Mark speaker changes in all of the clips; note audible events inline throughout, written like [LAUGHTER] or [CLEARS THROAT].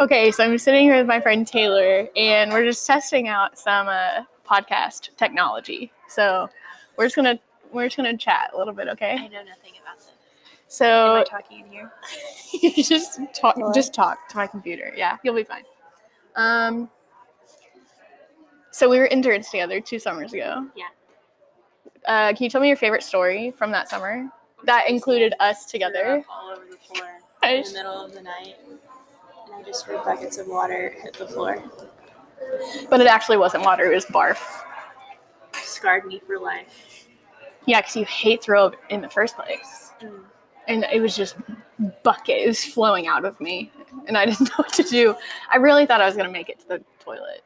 Speaker 1: Okay, so I'm sitting here with my friend Taylor, and we're just testing out some uh, podcast technology. So we're just gonna we're just gonna chat a little bit,
Speaker 2: I
Speaker 1: okay?
Speaker 2: know nothing about this. Am I
Speaker 1: So
Speaker 2: talking in here?
Speaker 1: [LAUGHS] you just talk
Speaker 2: Hello?
Speaker 1: just talk to my computer. Yeah, you'll be fine. Um, so we were interns together two summers ago.
Speaker 2: Yeah.
Speaker 1: Uh, can you tell me your favorite story from that summer that included us
Speaker 2: Threw
Speaker 1: together?
Speaker 2: up all over the floor
Speaker 1: I
Speaker 2: in the
Speaker 1: just-
Speaker 2: middle of the night, and I just heard buckets of water hit the floor.
Speaker 1: But it actually wasn't water; it was barf.
Speaker 2: Scarred me for life.
Speaker 1: Yeah, because you hate throw up in the first place.
Speaker 2: Mm.
Speaker 1: and it was just bucket it was flowing out of me and i didn't [LAUGHS] know what to do i really thought i was going to make it to the toilet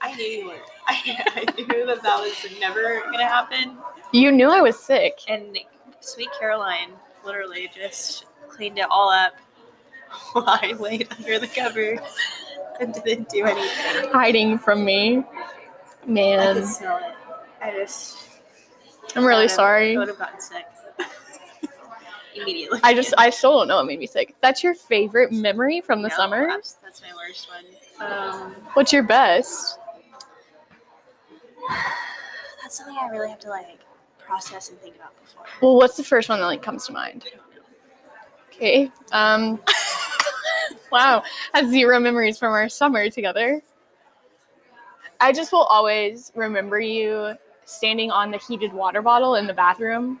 Speaker 2: I knew you were. [LAUGHS] I, I knew that that was never gonna happen.
Speaker 1: you knew i was sick
Speaker 2: And sweet Caroline literally just cleaned it all up [LAUGHS] while I laid under the covers and didn't do anything.
Speaker 1: hiding from me
Speaker 2: I
Speaker 1: man
Speaker 2: could smell it. I just.
Speaker 1: Um, i'm really
Speaker 2: I'd-
Speaker 1: sorry
Speaker 2: I would have gotten sick [LAUGHS] immediately.
Speaker 1: i just i still don't know what made me sick that's your favorite memory from the
Speaker 2: No,
Speaker 1: summer
Speaker 2: That's, that's my worst one. Um,
Speaker 1: what's your best
Speaker 2: that's something I really have to like process and think about before.
Speaker 1: well what's the first one that like comes to mind
Speaker 2: I don't know.
Speaker 1: okay um [LAUGHS] wow has zero memories from our summer together i just will always remember you standing on the heated water bottle in the bathroom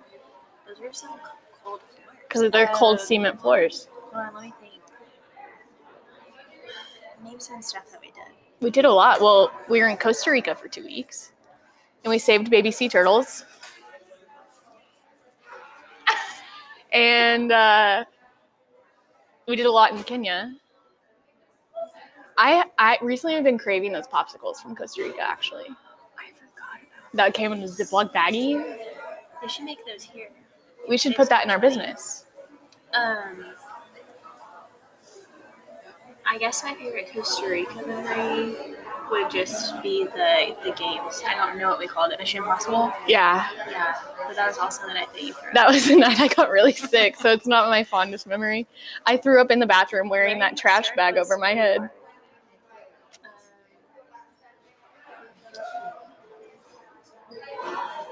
Speaker 2: Those are some c- cold floors.
Speaker 1: because they're cold
Speaker 2: Um,
Speaker 1: cement floors
Speaker 2: Hold on, let me think. Name some stuff that we did.
Speaker 1: we did a lot well we were in costa rica for two weeks and we saved baby sea turtles and uh, we did a lot in kenya I, I recently have been craving those popsicles from costa rica actually
Speaker 2: I forgot about.
Speaker 1: that came in a Ziploc baggie.
Speaker 2: They should make those here.
Speaker 1: We should put that in our business.
Speaker 2: Um, I guess my favorite Costa Rica memory would just be the the games. I don't know what we called it, Mission Impossible.
Speaker 1: Yeah,
Speaker 2: Yeah, but that was also the night that you threw.
Speaker 1: that was [LAUGHS] the night I got really sick, so it's not my fondest memory. I threw up in the bathroom wearing that trash bag over my head.
Speaker 2: I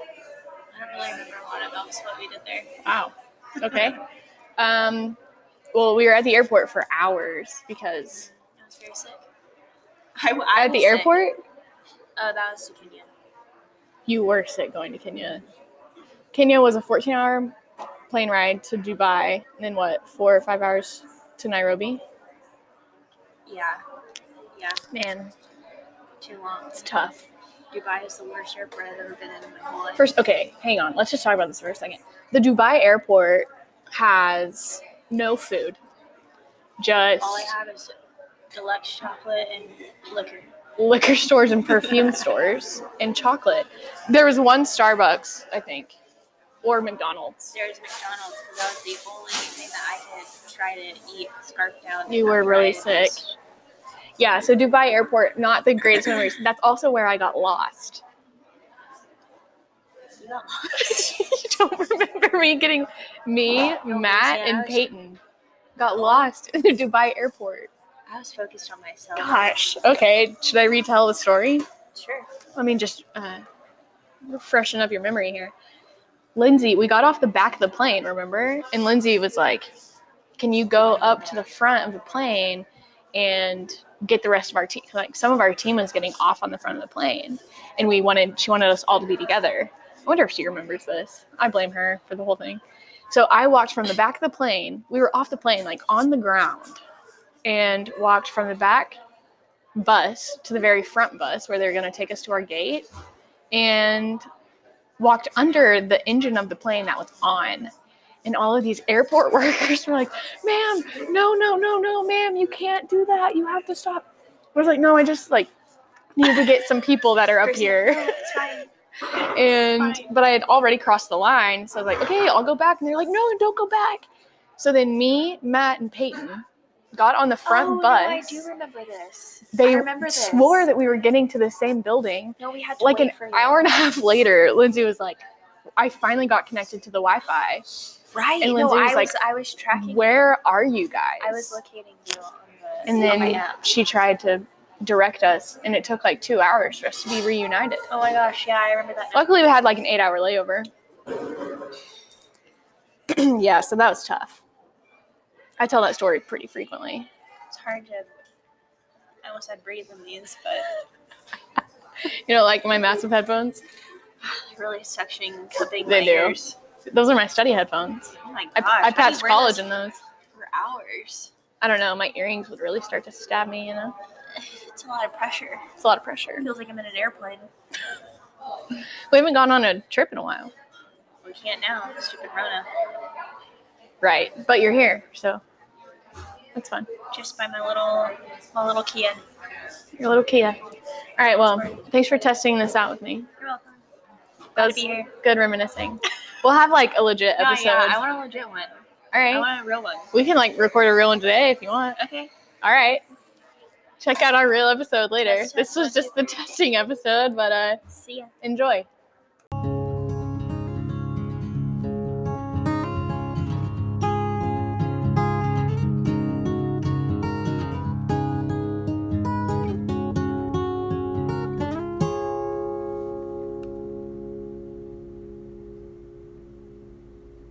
Speaker 2: don't really remember a lot about what we did there.
Speaker 1: Wow. Oh, Okay. Um, well, we were at the airport for hours because
Speaker 2: I was very sick. I, w- I
Speaker 1: at
Speaker 2: was
Speaker 1: the
Speaker 2: sick.
Speaker 1: airport
Speaker 2: Oh, that was to Kenya.
Speaker 1: you were sick going to Kenya. Kenya was a 14-hour plane ride to Dubai, and then what, four or five hours to Nairobi.
Speaker 2: Yeah, yeah,
Speaker 1: Man,
Speaker 2: too long.
Speaker 1: it's tough.
Speaker 2: Dubai is the worst airport I've ever been in in my whole life.
Speaker 1: First, okay, hang on. Let's just talk about this for a second. The Dubai airport has no food, just
Speaker 2: All I had was deluxe chocolate and liquor.
Speaker 1: liquor stores and perfume stores and chocolate. There was one Starbucks, I think, or McDonald's.
Speaker 2: There's McDonald's because that was the only thing that I could try to eat scarfed down.
Speaker 1: You were really sick. Yeah, so Dubai airport, not the greatest memories. That's also where I got lost. [LAUGHS]
Speaker 2: No.
Speaker 1: you don't remember me getting me,
Speaker 2: No,
Speaker 1: Matt,
Speaker 2: yeah, I
Speaker 1: and
Speaker 2: was-
Speaker 1: Peyton got lost in the Dubai airport.
Speaker 2: I was focused on myself.
Speaker 1: Gosh. Okay, should I retell the story?
Speaker 2: Sure.
Speaker 1: I mean, just uh, freshen up your memory here. Lindsay, we got off the back of the plane, remember? And Lindsay was like, "Can you go up to the front of the plane and get the rest of our team? Like, some of our team was getting off on the front of the plane, and we wanted she wanted us all to be together. I wonder if she remembers this. I blame her for the whole thing. So I walked from the back of the plane. We were off the plane, like on the ground, and walked from the back bus to the very front bus where they're going to take us to our gate and walked under the engine of the plane that was on. And all of these airport [LAUGHS] workers were like, ma'am, no, no, no, no, ma'am, you can't do that. You have to stop. I was like, no, I just like need to get some people that are up here.
Speaker 2: It's fine.
Speaker 1: And
Speaker 2: Fine.
Speaker 1: but I had already crossed the line, so I was like, okay, I'll go back. And they're like, no, don't go back. So then me, Matt, and Peyton got on the [LAUGHS] front
Speaker 2: oh,
Speaker 1: bus
Speaker 2: No, I do remember this.
Speaker 1: they
Speaker 2: I remember this.
Speaker 1: swore that we were getting to the same building.
Speaker 2: No, we had to
Speaker 1: Like
Speaker 2: wait
Speaker 1: an
Speaker 2: for you.
Speaker 1: hour and a half later, Lindsay was like, I finally got connected to the Wi Fi.
Speaker 2: Right.
Speaker 1: and
Speaker 2: no,
Speaker 1: Lindsay was
Speaker 2: I
Speaker 1: like,
Speaker 2: was I was tracking.
Speaker 1: Where are you guys?
Speaker 2: I was locating you on the.
Speaker 1: And
Speaker 2: Not my
Speaker 1: then
Speaker 2: app.
Speaker 1: she tried to direct us, and it took like two hours for us to be reunited.
Speaker 2: Oh my gosh, yeah, I remember that. now.
Speaker 1: Luckily, we had like an eight hour layover. [CLEARS THROAT] yeah, so that was tough. I tell that story pretty frequently.
Speaker 2: It's hard to. I almost had breathe in these, but
Speaker 1: You know, like my massive headphones,
Speaker 2: they're really suctioning, cupping
Speaker 1: They
Speaker 2: my
Speaker 1: do.
Speaker 2: ears.
Speaker 1: those are my study headphones.
Speaker 2: Oh my gosh.
Speaker 1: I,
Speaker 2: how do
Speaker 1: I
Speaker 2: you
Speaker 1: patched
Speaker 2: wear those
Speaker 1: college in those.
Speaker 2: for hours.
Speaker 1: I don't know, my earrings would really start to stab me, you know?
Speaker 2: It's a lot of pressure.
Speaker 1: It's a lot of pressure.
Speaker 2: It feels like I'm in an airplane.
Speaker 1: We haven't gone on a trip in a while.
Speaker 2: We can't now. Stupid Rona.
Speaker 1: Right. But you're here, so that's fun.
Speaker 2: Just by my little, my little Kia.
Speaker 1: Your little Kia. All right, well, thanks for testing this out with me.
Speaker 2: You're welcome.
Speaker 1: That
Speaker 2: Glad to
Speaker 1: was
Speaker 2: be here.
Speaker 1: good reminiscing. We'll have like a legit
Speaker 2: [LAUGHS] No,
Speaker 1: episode.
Speaker 2: yeah, I want a legit one.
Speaker 1: All
Speaker 2: I
Speaker 1: right.
Speaker 2: want a real one.
Speaker 1: We can like record a real one today if you want.
Speaker 2: Okay.
Speaker 1: All right. Check out our real episode later.
Speaker 2: Test,
Speaker 1: This
Speaker 2: test,
Speaker 1: was [LAUGHS]
Speaker 2: test,
Speaker 1: just the testing episode, but uh
Speaker 2: See ya.
Speaker 1: enjoy.